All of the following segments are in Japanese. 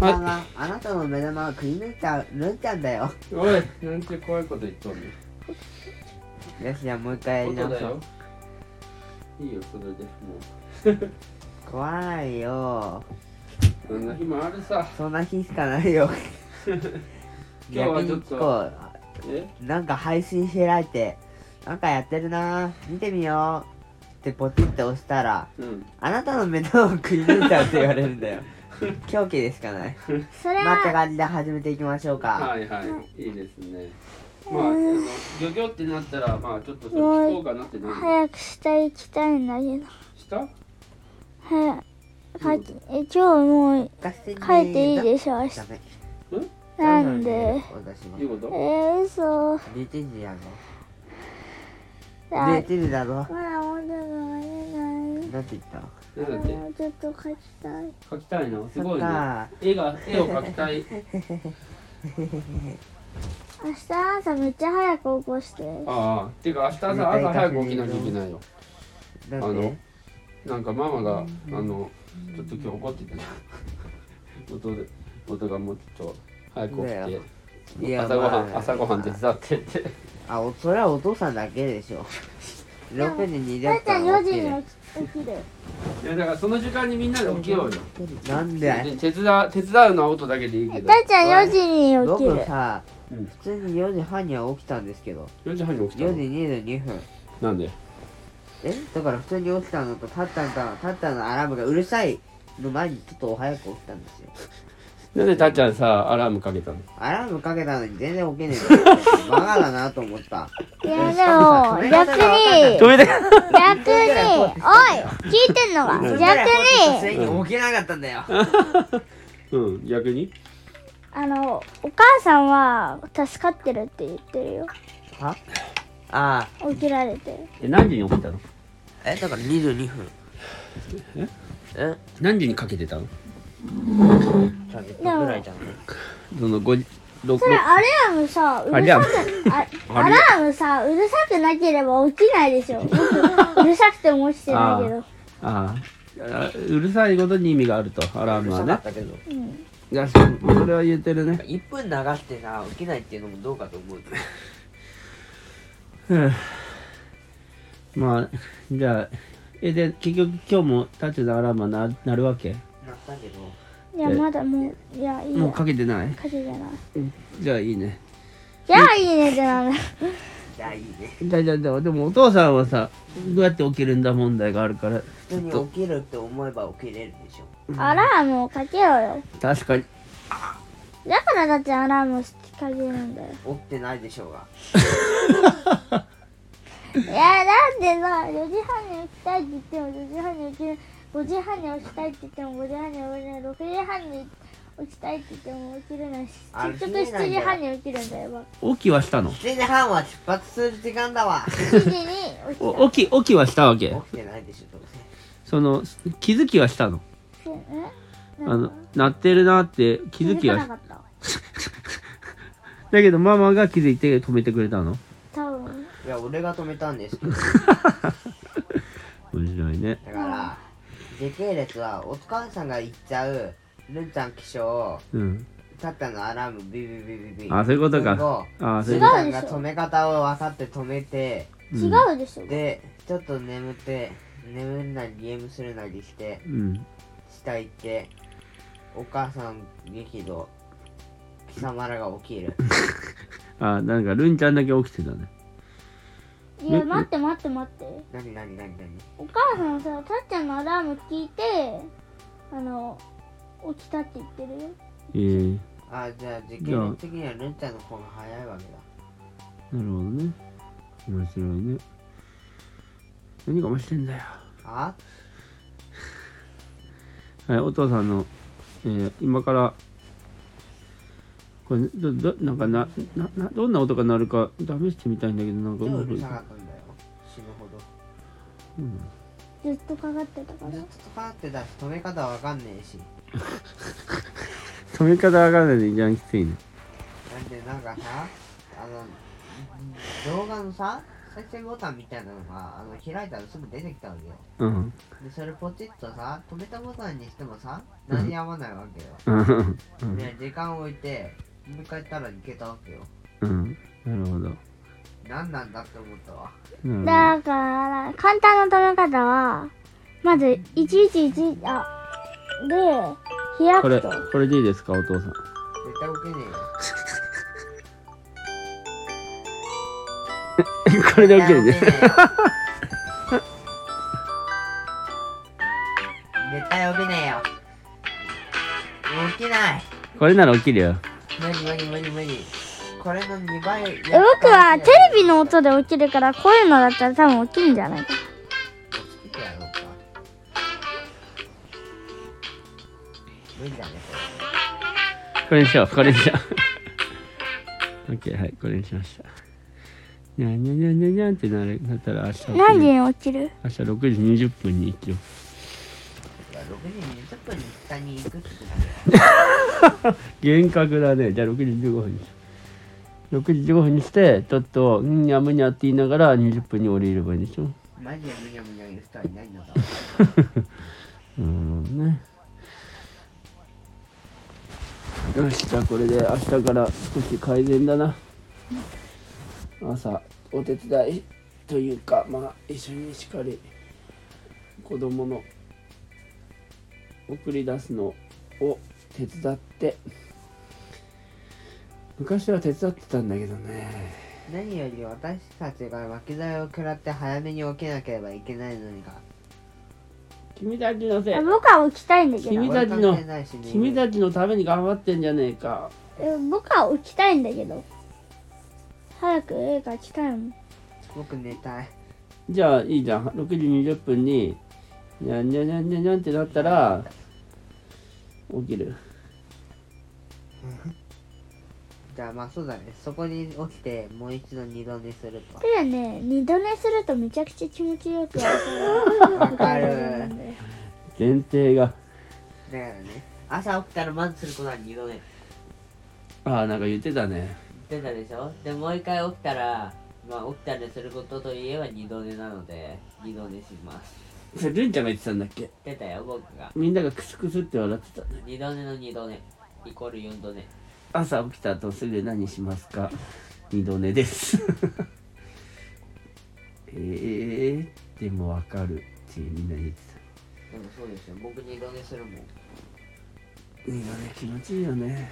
さんはあなたの目玉をくり抜いた抜いたんだよおいなんて怖いこと言っとんねんよしじゃあもう一回やりこと直だそよういいよそれでも怖いようそんな日もあるさそんな日しかないよ 今日は逆ちょっにと聞こうえなんか配信開いて、なんかやってるなぁ、見てみようってポチッと押したら、うんあなたの目玉をくり抜いたって言われるんだ よ。狂気でしかない。それまあ、っては感じで始めていきましょうか。はいはいいいですねまああの漁業ってなったらまあちょっとそれ聞こうかなってなる早く下行きたいんだけどした早く帰ってえ今日もう帰っていいすでしょ明日ダメ。なんで私もいいこえとー、嘘11時やぞ。だ11時だぞ。まだもうちょっと待てなんて言ったなんだっないてもうちょっと書きたい描きたいのすそごっいねか絵が絵を描きたい明日朝めっちゃ早く起こしてああてか明日さ朝早く起きなきゃいけないよなんあでのなんかママがあのちょっと今日怒ってたな 音で音がもうちょっと早く起きいてや朝ごはまんあ朝ごはん手伝ってってあ、おそれはお父さんだけで しょ。6時にだ出いたたいら起4時きにる。起き起きるいやだからその時間にみんなで起きようよなんでで手伝手伝うのは音だけでいいけどだいたい4時に起き僕るさ、うん普通に4時半には起きたんですけど4時半に起きた4時の22分なんでえだから普通に起きたのとタッタンかタッタンのアラームがうるさいの前にちょっと早く起きたんですよなんでたっちゃんさアラームかけたのアラームかけたのに全然起きねえんだよバカだなと思ったいやでも逆にめて逆におい聞いてんのか逆に逆に起きなかったんだようん逆にあのお母さんは助かってるって言ってるよはああ起きられてえ何時に起きたのえだから22分え何時にかけてたの3時間ぐらいじゃんその5時6それアラームさうるさくあアラームアラームさうるさくなければ起きないで しょ僕うるさくても起きてないけどああうるさいことに意味があるとアラーうムるはさかねったけどうんいやそそれは言えてるね1分流してさ起きないっていうのもどうかと思ううんまあじゃあえで結局今日もタッチのアラームはななるわけなったけどいやまだもういやいいもうやかけてない家事じゃないじゃあいいねじゃあいいねっ てなんだじゃあいいねじゃあじゃあじゃあでもお父さんはさどうやって起きるんだ問題があるから普通に起きるって思えば起きれるでしょアラームをかけろよ確かに だからだってアラームをかけるんだよ起きてないでしょうがいやだってさ4時半に起きたいって言っても4時半に起きる5時半に起きたいって言っても5時半に起きるの6時半に起きたいって言っても起きるのしあ結局7時半に起きるん だよ起きはしたの7時半は出発する時間だわ起7時に起きたお起き起きはしたわけきてないでしょどうせその気づきはしたのえあなんのか鳴ってるなって気づきかはなしかっただけどママが気づいて止めてくれたの多分いや俺が止めたんですけどだ面白いねから時系列はお母さんが行っちゃうるんちゃん起床うんたったのアラームビビビビビあそういうことそのかあ後るんそういうちこゃんが止め方を分かって止めてうん違うでしょ、でちょっと眠って眠るなりゲームするなりしてとうん下行ってお母さん激怒貴様らが起きるあなんかルンちゃんだけ起きてたねいや待って待って待って何何何何お母さんさたっちゃんのアラーム聞いてあの起きたって言ってるよええあじゃあ時系列的にはルンちゃんの方が早いわけだなるほどね面白いね何かもしてんだよあはいお父さんの、えー今からこれどどなんかなななどんな音が鳴るか試してみたいんだけどなんか超うまうくいるくさかったんだよ死ぬほどずっとかかってたからずっとかかってたし止め方わかんねえし止め方わからないで一番きついねなんでなんかさあの動画のさ再生ボタンみたいなのがあの開いたらすぐ出てきたわけよ うんでそれポチッとさ止めたボタンにしてもさ何に合わないわけよ、うんで時間を置いて向かったらいけたわけようんなるほど何なんだって思ったわなるだから、簡単な止め方は、まず、111、あ、で、開ほどく。ことれこれでいいですかお父さん絶対起きねえよ これで OK です絶対起きねえよ 絶対起きねえよ起きない これなら起きるよ無理無理無理無理これの2倍やったら僕は起きテないレビの音で起きるから、こういうのだったら多分起きるんじゃないか。起きてやろうか無理だねこれこれにしようこれにしよう OK はいこれにしましたにゃんにゃんにゃんにゃんにゃんってなるなったら明日起きる何時に起きる明日6時20分に行きよいや6時20分に下に行くってことだね厳格だねじゃあ6時15分に6時15分にしてちょっと「んにゃむにゃ」って言いながら20分に降りればいいんでしょマジでむにゃむにゃ言う人はいないのか うんねよしじゃあこれで明日から少し改善だな朝お手伝いというかまあ一緒にしっかり子供の送り出すのを手伝って昔は手伝ってたんだけどね何より私たちが脇剤を食らって早めに起きなければいけないのにが君たちのせいあ僕は起きたいんだけど君。たちの追いかけないしね君たちのために頑張ってんじゃねえかえ僕は起きたいんだけど。早く映画来たいもん。僕寝たいじゃあいいじゃん6時20分ににゃんにゃんにゃんにゃんにゃんってなったら起きるじゃあまあそうだねそこに起きてもう一度二度寝するとただね、二度寝するとめちゃくちゃ気持ちよくわわかるなんだよ前提がだからね朝起きたらまずすることは二度寝ああなんか言ってたね出たでしょでもう一回起きたらまあ起きたらすることといえば二度寝なので二度寝しますそれるんちゃんが言ってたんだっけ出たよ僕がみんながクスクスって笑ってたね二度寝の二度寝イコール四度寝朝起きた後すぐ何しますか二度寝です えー、でもわかるってみんな言ってでもそうですよ僕二度寝するもんた二度寝気持ちいいよね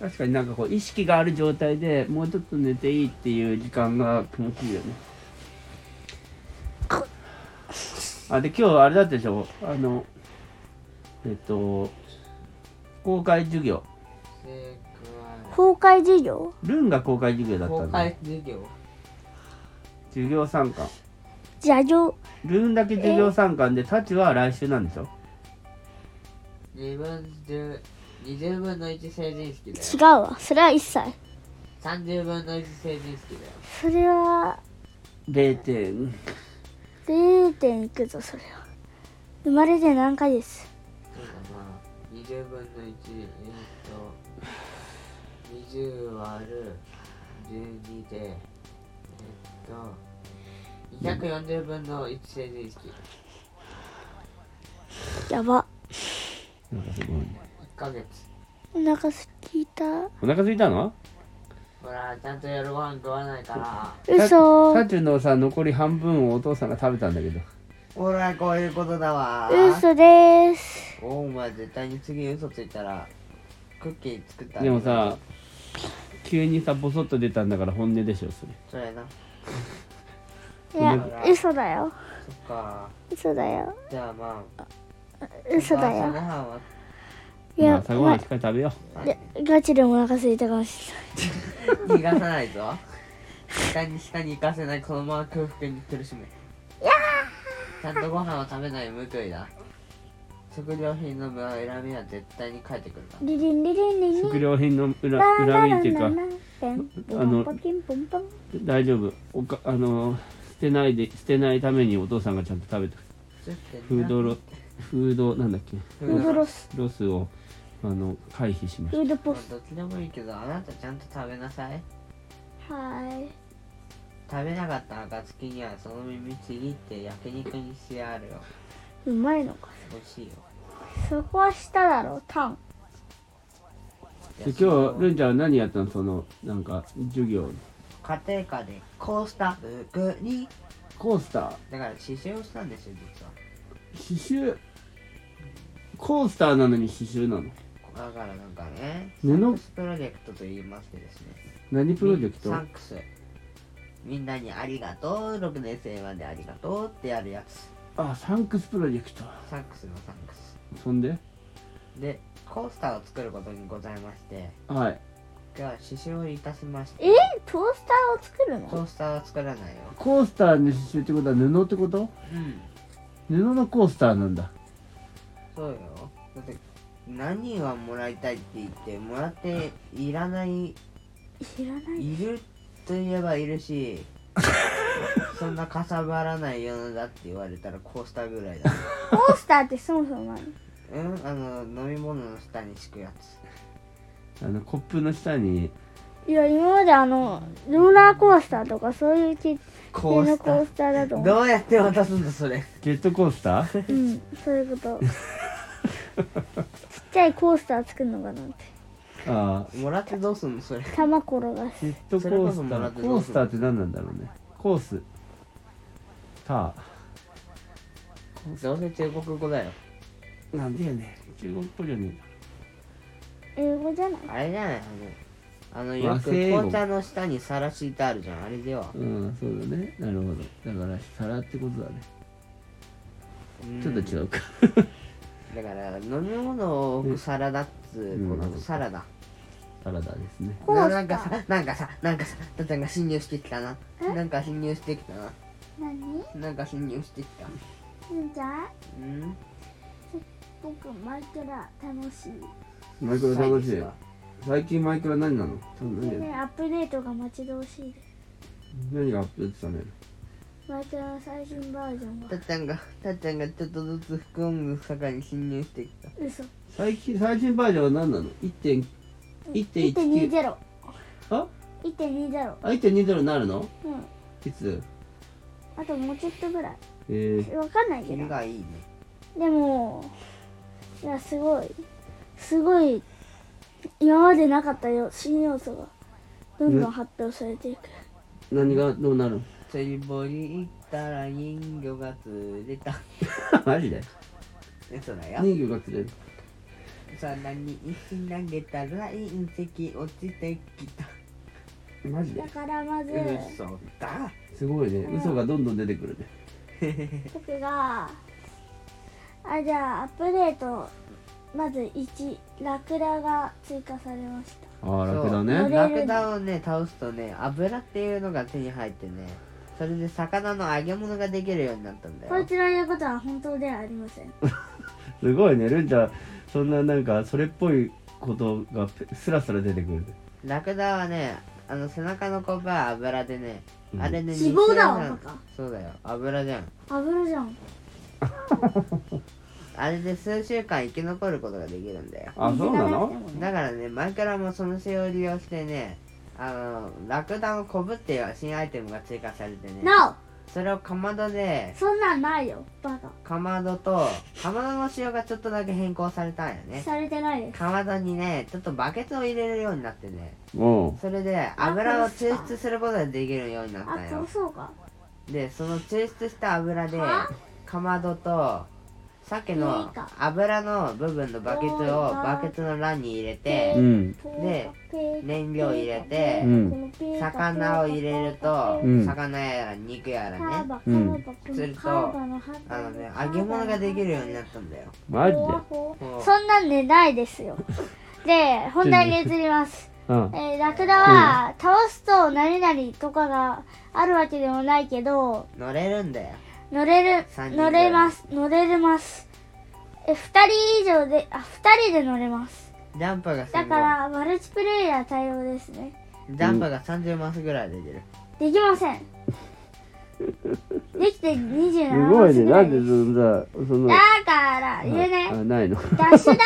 確かになんかこう意識がある状態でもうちょっと寝ていいっていう時間が気持ちいいよねあで今日あれだったでしょあのえっと公開授業正公開授業ルンが公開授業だ解っ公たの開授業授業参観邪教。ルーンだけ授業参観でタチは来週なんでしょ二分十二十分の一成人式だ違ようわ。それは一切。三十分の一成人式だよそれは、 0点0点いくぞ、それは。生まれて何回です。そうだな20分の1えーっと20割る12でえーっと240分の1成人式やば。なんかすごいね1ヶ月お腹すきた。お腹空いたのほらちゃんと夜ご飯食わないから嘘。タチのさ残り半分をお父さんが食べたんだけどほらこういうことだわ嘘です。おお前絶対に次嘘ついたらクッキー作ったでもさ急にさボソッと出たんだから本音でしょそれそれないうんや、嘘だよ。そっか嘘だよ。じゃあまあ嘘だ朝ごよ。はんはいまあや、朝ごはんましっかり食べよあ、でガチでお腹すいたかもしれない。逃がさないぞ下に下に行かせないこのまま空腹に苦しむちゃんとご飯を食べない無悔いだ食料品の恨みは絶対に帰ってくるからリリンリリンリうリン。食料品の裏恨みっていうかああのポキンポンポン。大丈夫おかあのー捨てないで捨てないためにお父さんがちゃんと食べたフードロフードなんだっけフフードロス。ロスをあの回避しましフードまポあス。どっちでもいいけどあなたちゃんと食べなさいはーい。食べなかった暁にはその耳ちぎって焼肉にしてやるようまいのか美味しいよそこは下だろタンで今日ルンちゃんは何やったのそのなんか授業家庭科でコースター服にコースターだから刺繍をしたんですよ実は刺繍コースターなのに刺繍なのだからなんかね布サンクスプロジェクトと言いましてですね何プロジェクトサンクスみんなにありがとう6年生までありがとうってやるやつあサンクスプロジェクトサンクスのサンクスそんででコースターを作ることにございましてはい今日は刺繍をいたしましてえトースターを作るコのースターは作らないよコースターの刺繍ってことは布ってことうん布のコースターなんだそうよだって何はもらいたいって言ってもらっていらない知らないいるといえばいる しそんなかさばらない世のだって言われたらコースターぐらいだトースターってそもそも何うんあの飲み物の下に敷くやつあのコップの下にいや今まであのローラーコースターとかそういうちっちコゃいーのスコターースターだと思うどうやって渡すんだそれジェットコースタ ーうんそういう ことちっちゃいコースター作るのかなってああもらってどうすんのそれ玉転がすジェットコースタそれこそもらーってどうするコースターって何なんだろうねコースタどうせ中国語だよーなんでやね中国語じゃね英語じゃないあれじゃないあのあのよく和製英語紅茶の下に皿敷いてあるじゃんあれではえうんそうだねなるほどだから皿ってことだねうんちょっと違うか だから飲み物を置く皿だっつうこうとんサラダ皿だですねコーなスターなんかさなんかさなんかさたっちゃんが侵入してきたなえなんか侵入してきたな何なんか侵入してきたゆうちゃんうん僕マイクラ楽しいマイクラ楽し臭いですわ最近マイクラ何なの何でねアップデートが待ち遠しいです何がアップデートされるマイクラの最新バージョンがたっちゃんがたっちゃんがちょっとずつ副音楽坂に侵入してきた嘘最近最新バージョンは何なの ?1.1 1.19 1.20あ1.20あ1.20になるのうんいつあともうちょっとぐらえー、いわかんないけど君がいいねでもいやすごいすごい今までなかったよ新要素がどんどん発表されていく、何がどうなるの釣り堀行ったら人魚が釣れた マジで嘘だよ人魚が釣れる皿に石投げたら隕石落ちてきたマジでだからまず嘘だすごいね嘘がどんどん出てくるね僕があじゃあアップデートまず1ラクダが追加されましたああそう楽だ乗ねラクダをね倒すとね油っていうのが手に入ってねそれで魚の揚げ物ができるようになったんだこいよつの言うことは本当ではありませんすごいねルンちゃんそんななんかそれっぽいことがスラスラ出てくるラクダはねあの背中のコブは油でね、うんあれね脂肪だわ肉屋さんバカそうだよ油じゃん油じゃんあれで数週間生き残ることができるんだよあそうなのだからね前からもその性を利用してねあのラクダのコブっていう新アイテムが追加されてね NO それをかまどでそんなんないよバカかまどとかまどの仕様がちょっとだけ変更されたんよねされてないですかまどにねちょっとバケツを入れるようになってねおうそれで油を抽出することができるようになったあんそうよそうかでその抽出した油ではかまどとさっきの油の部分のバケツをバケツの欄に入れてうんで燃料入れてうん魚を入れると、うん魚やら肉やらねうんするとあのね揚げ物ができるようになったんだよマジでもうそんなんでないです よで本題に移ります、うんえーラクダは倒すと何々とかがあるわけでもないけど乗れるんだよ乗れる三人ぐら乗いれます乗れるますえ2人以上であ二人で乗れますジャンプがすごいだからマルチプレイヤー対応ですねジャンプが30マスぐらいできるできませんできてす27ごマいスねぐらないんででそすんなそのだから言うね、あないのダッシュダン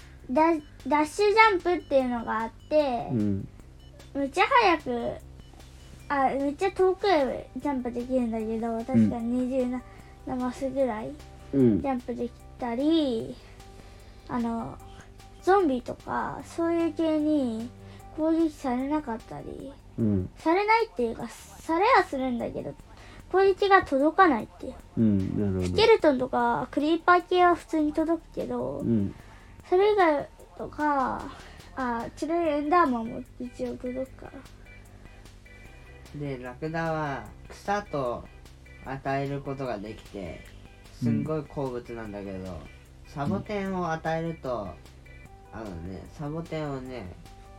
ダダッシュジャンプっていうのがあって、うんめっちゃ速くあめっちゃ遠くへジャンプできるんだけど確かに27マスぐらいうんジャンプできたりあのゾンビとかそういう系に攻撃されなかったりうんされないっていうかされはするんだけど攻撃が届かないっていううんなるスほケどルトンとかクリーパー系は普通に届くけど、うんそれ以外とかあチルエンダーマンも一応届くからでラクダは草と与えることができてすんごい好物なんだけど、サボテンを与えるとあのねサボテンをね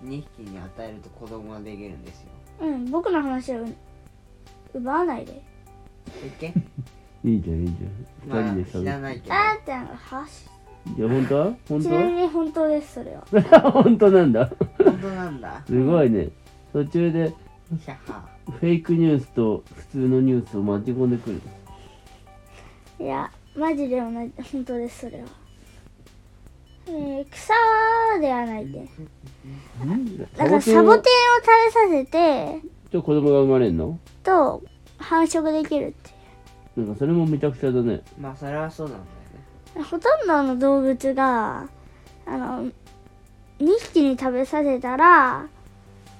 2匹に与えると子供ができるんですよ。うん僕の話を奪わないでいっけいいじゃんいいじゃまんあ二人で知らないけど。あーちゃんが発いや本当は本ち当なみはに本当ですそれは 本当なんだ本当なんだ。すごいね途中でひゃは。フェイクニュースと普通のニュースを巻き込んでくるいやマジで同じ本当ですそれは、えー草ではないでだからサボテンを食べさせてと子供が生まれんのと繁殖できるってなんかそれもめちゃくちゃだねまあそれはそうなんだよね。ほとんどの動物があの2匹に食べさせたら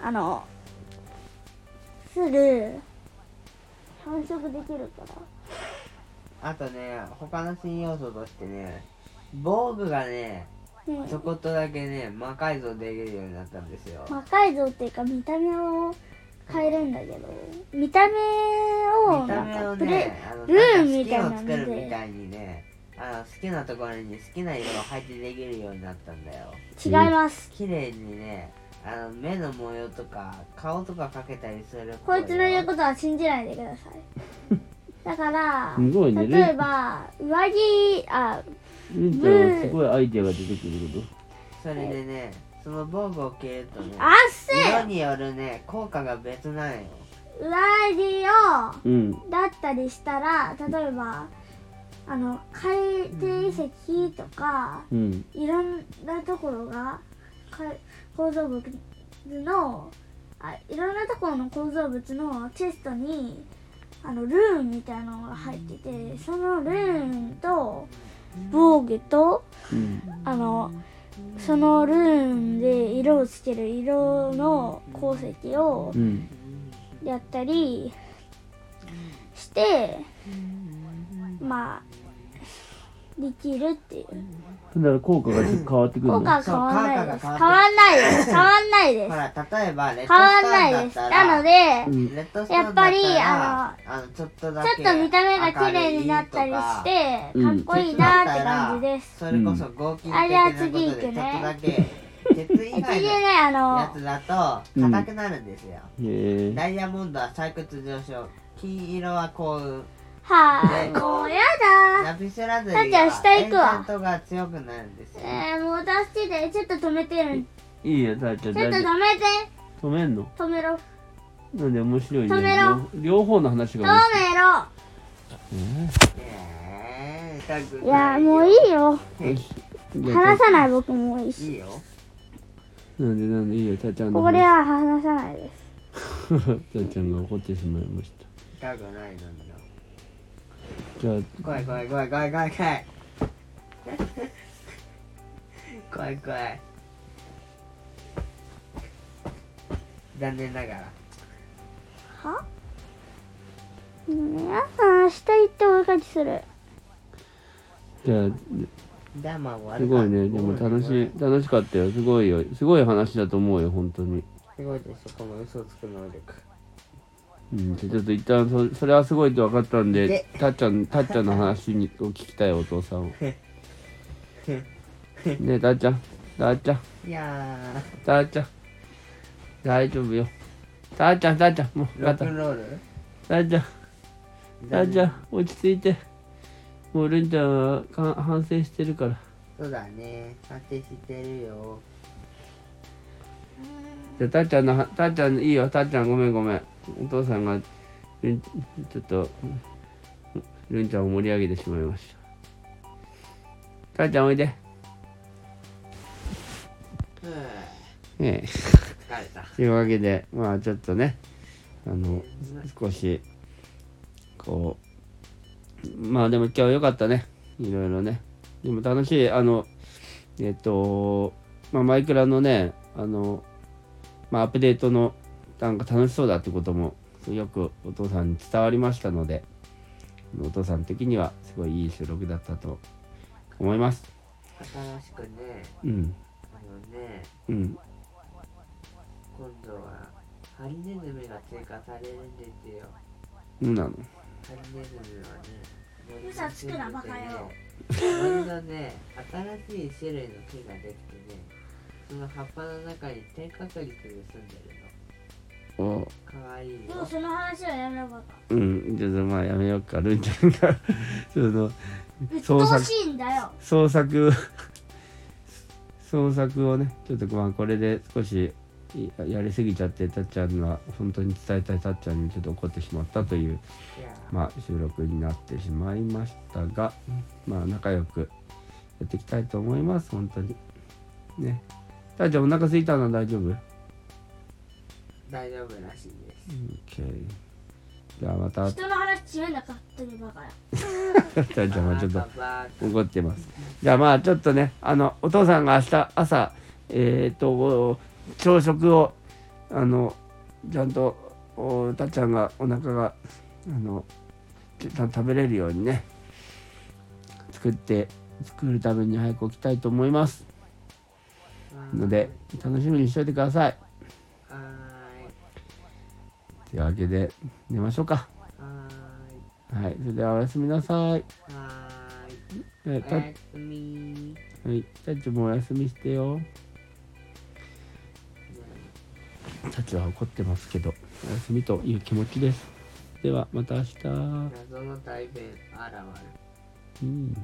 あのすぐ繁殖できるからあとね他の新要素としてね防具がねねちょこっとだけね魔改造できるようになったんですよ。魔改造っていうか見た目を変えるんだけど見た目を見た目なをんかプレね、あのルームみたいななんかのスキンを作るみでたいにね、あの好きなところに好きな色を配置できるようになったんだよ。違います綺麗にね、あの目の模様とか顔とかかけたりするこいつの言うこことは信じないでくだ さいだからすごいね例えば上着ありんちゃんはすごいアイデアが出てくるけどそれでね、その防具を着るとね、あっせ色によるね、効果が別なんよ。上着をうんだったりしたら例えばあの海底遺跡とか、うんいろんなところがか構造物のあいろんなところの構造物のチェストにあのルーンみたいなのが入っててそのルーンと防具とうんあのそのルーンで色をつける色の鉱石をうんやったりしてまあできるっていうそれなら効果がちょっと変わってくる効の果は変わらないですそう効変わ果がらないです変わらないでほすら、例えばレッドス変トわらーンないだっでたすなら、のでうんレッドストーンだったらやっぱりあのちょっとだけちょっと見た目が綺麗になったり明しるいとかて明かるっいとかこいいなーって感じですそれこそ合金的あじゃなあこと次で行ちょっくとだねけ鉄以次外のねあやのつだと硬くなるんですよ、へえダイヤモンドは採掘上昇金色は幸運はあもうやだーラピスラズリだって明は日エン行くチわャントが強くなるんですよえー、もう出しててちょっと止めてるいいよだいちゃんちょ大っと丈止めて夫止めんの止めろなんで面白い止めねろ両両方の話止が面白いめろえー痛くないやもういいよよしじゃあ話さない僕もいいいしいよなんでなんでいいよたーちゃんのこ話こでは話さないです たーちゃんが怒ってしまいました痛くないのになじゃあ怖い怖い怖い怖い怖い怖い 怖い怖い残念ながらは皆さん明日行ってお絵かきするじゃあじゃあまあ終わるかすごいねでも楽しい楽しかったよすごいよすごい話だと思うよ本当にすごいでしょこの嘘をつく能力 うん、じゃあちょっと一旦そそれはすごいと分かったんででたっちゃんたっちゃんの話にを聞きたいお父さんをねえたっちゃんたっちゃんいやたっちゃん大丈夫よたっちゃんたっちゃんもうーロ分かッったクンロールたっちゃんたっちゃん落ち着いてもうるんちゃんはか反省してるからそうだね反省してるよじゃあたっちゃんのはたっちゃんいいよたっちゃんごめんごめんお父さんがるんちょっとるんちゃんを盛り上げてしまいましたたっちゃんおいでふうええ疲れたというわけでまあちょっとねあの少しこうまあでも今日良かったねいろいろねでも楽しいあのえっと、まあ、マイクラのねあの、まあ、アップデートのなんか楽しそうだってこともよくお父さんに伝わりましたのでお父さん的にはすごいいい収録だったと思います新しくねうあんのねうん今度はハリネズミが追加されるんですよそうなのハリネズミはね森の嘘つくなバカ野郎木森のね新しい種類の木ができてねその葉っぱの中に天確率で住んでるおのかわいいでもよその話はやめなかったうんちょっとまあやめようかるんちゃんが その鬱そうさ陶しいんだよ創作創作をねちょっとまあこれで少しいやりすぎちゃってたっちゃんが本当に伝えたいたっちゃんにちょっと怒ってしまったという、いやまあ、収録になってしまいましたがまあ仲良くやっていきたいと思います本当にねたっちゃんお腹空いたの大丈夫大丈夫らしいです ?OK じゃあまたた人の話締めなかったねバカやっちゃんはちょっとバカバカ怒ってます。じゃあまあちょっとね、あの、お父さんが明日朝、えっ、と、朝食を、あの、ちゃんと、おたっちゃんがお腹が、あの、ちゃんと食べれるようにね、作って、作るために早く起きたいと思いますので、楽しみにしておいてください。はというわけで、寝ましょうか。ーいはーいはい、それではおやすみなさい。はーいえおたやすみはい、たっちもおやすみしてよ。たちは怒ってますけど、お休みという気持ちです。では、また明日。謎の大便あらわるうん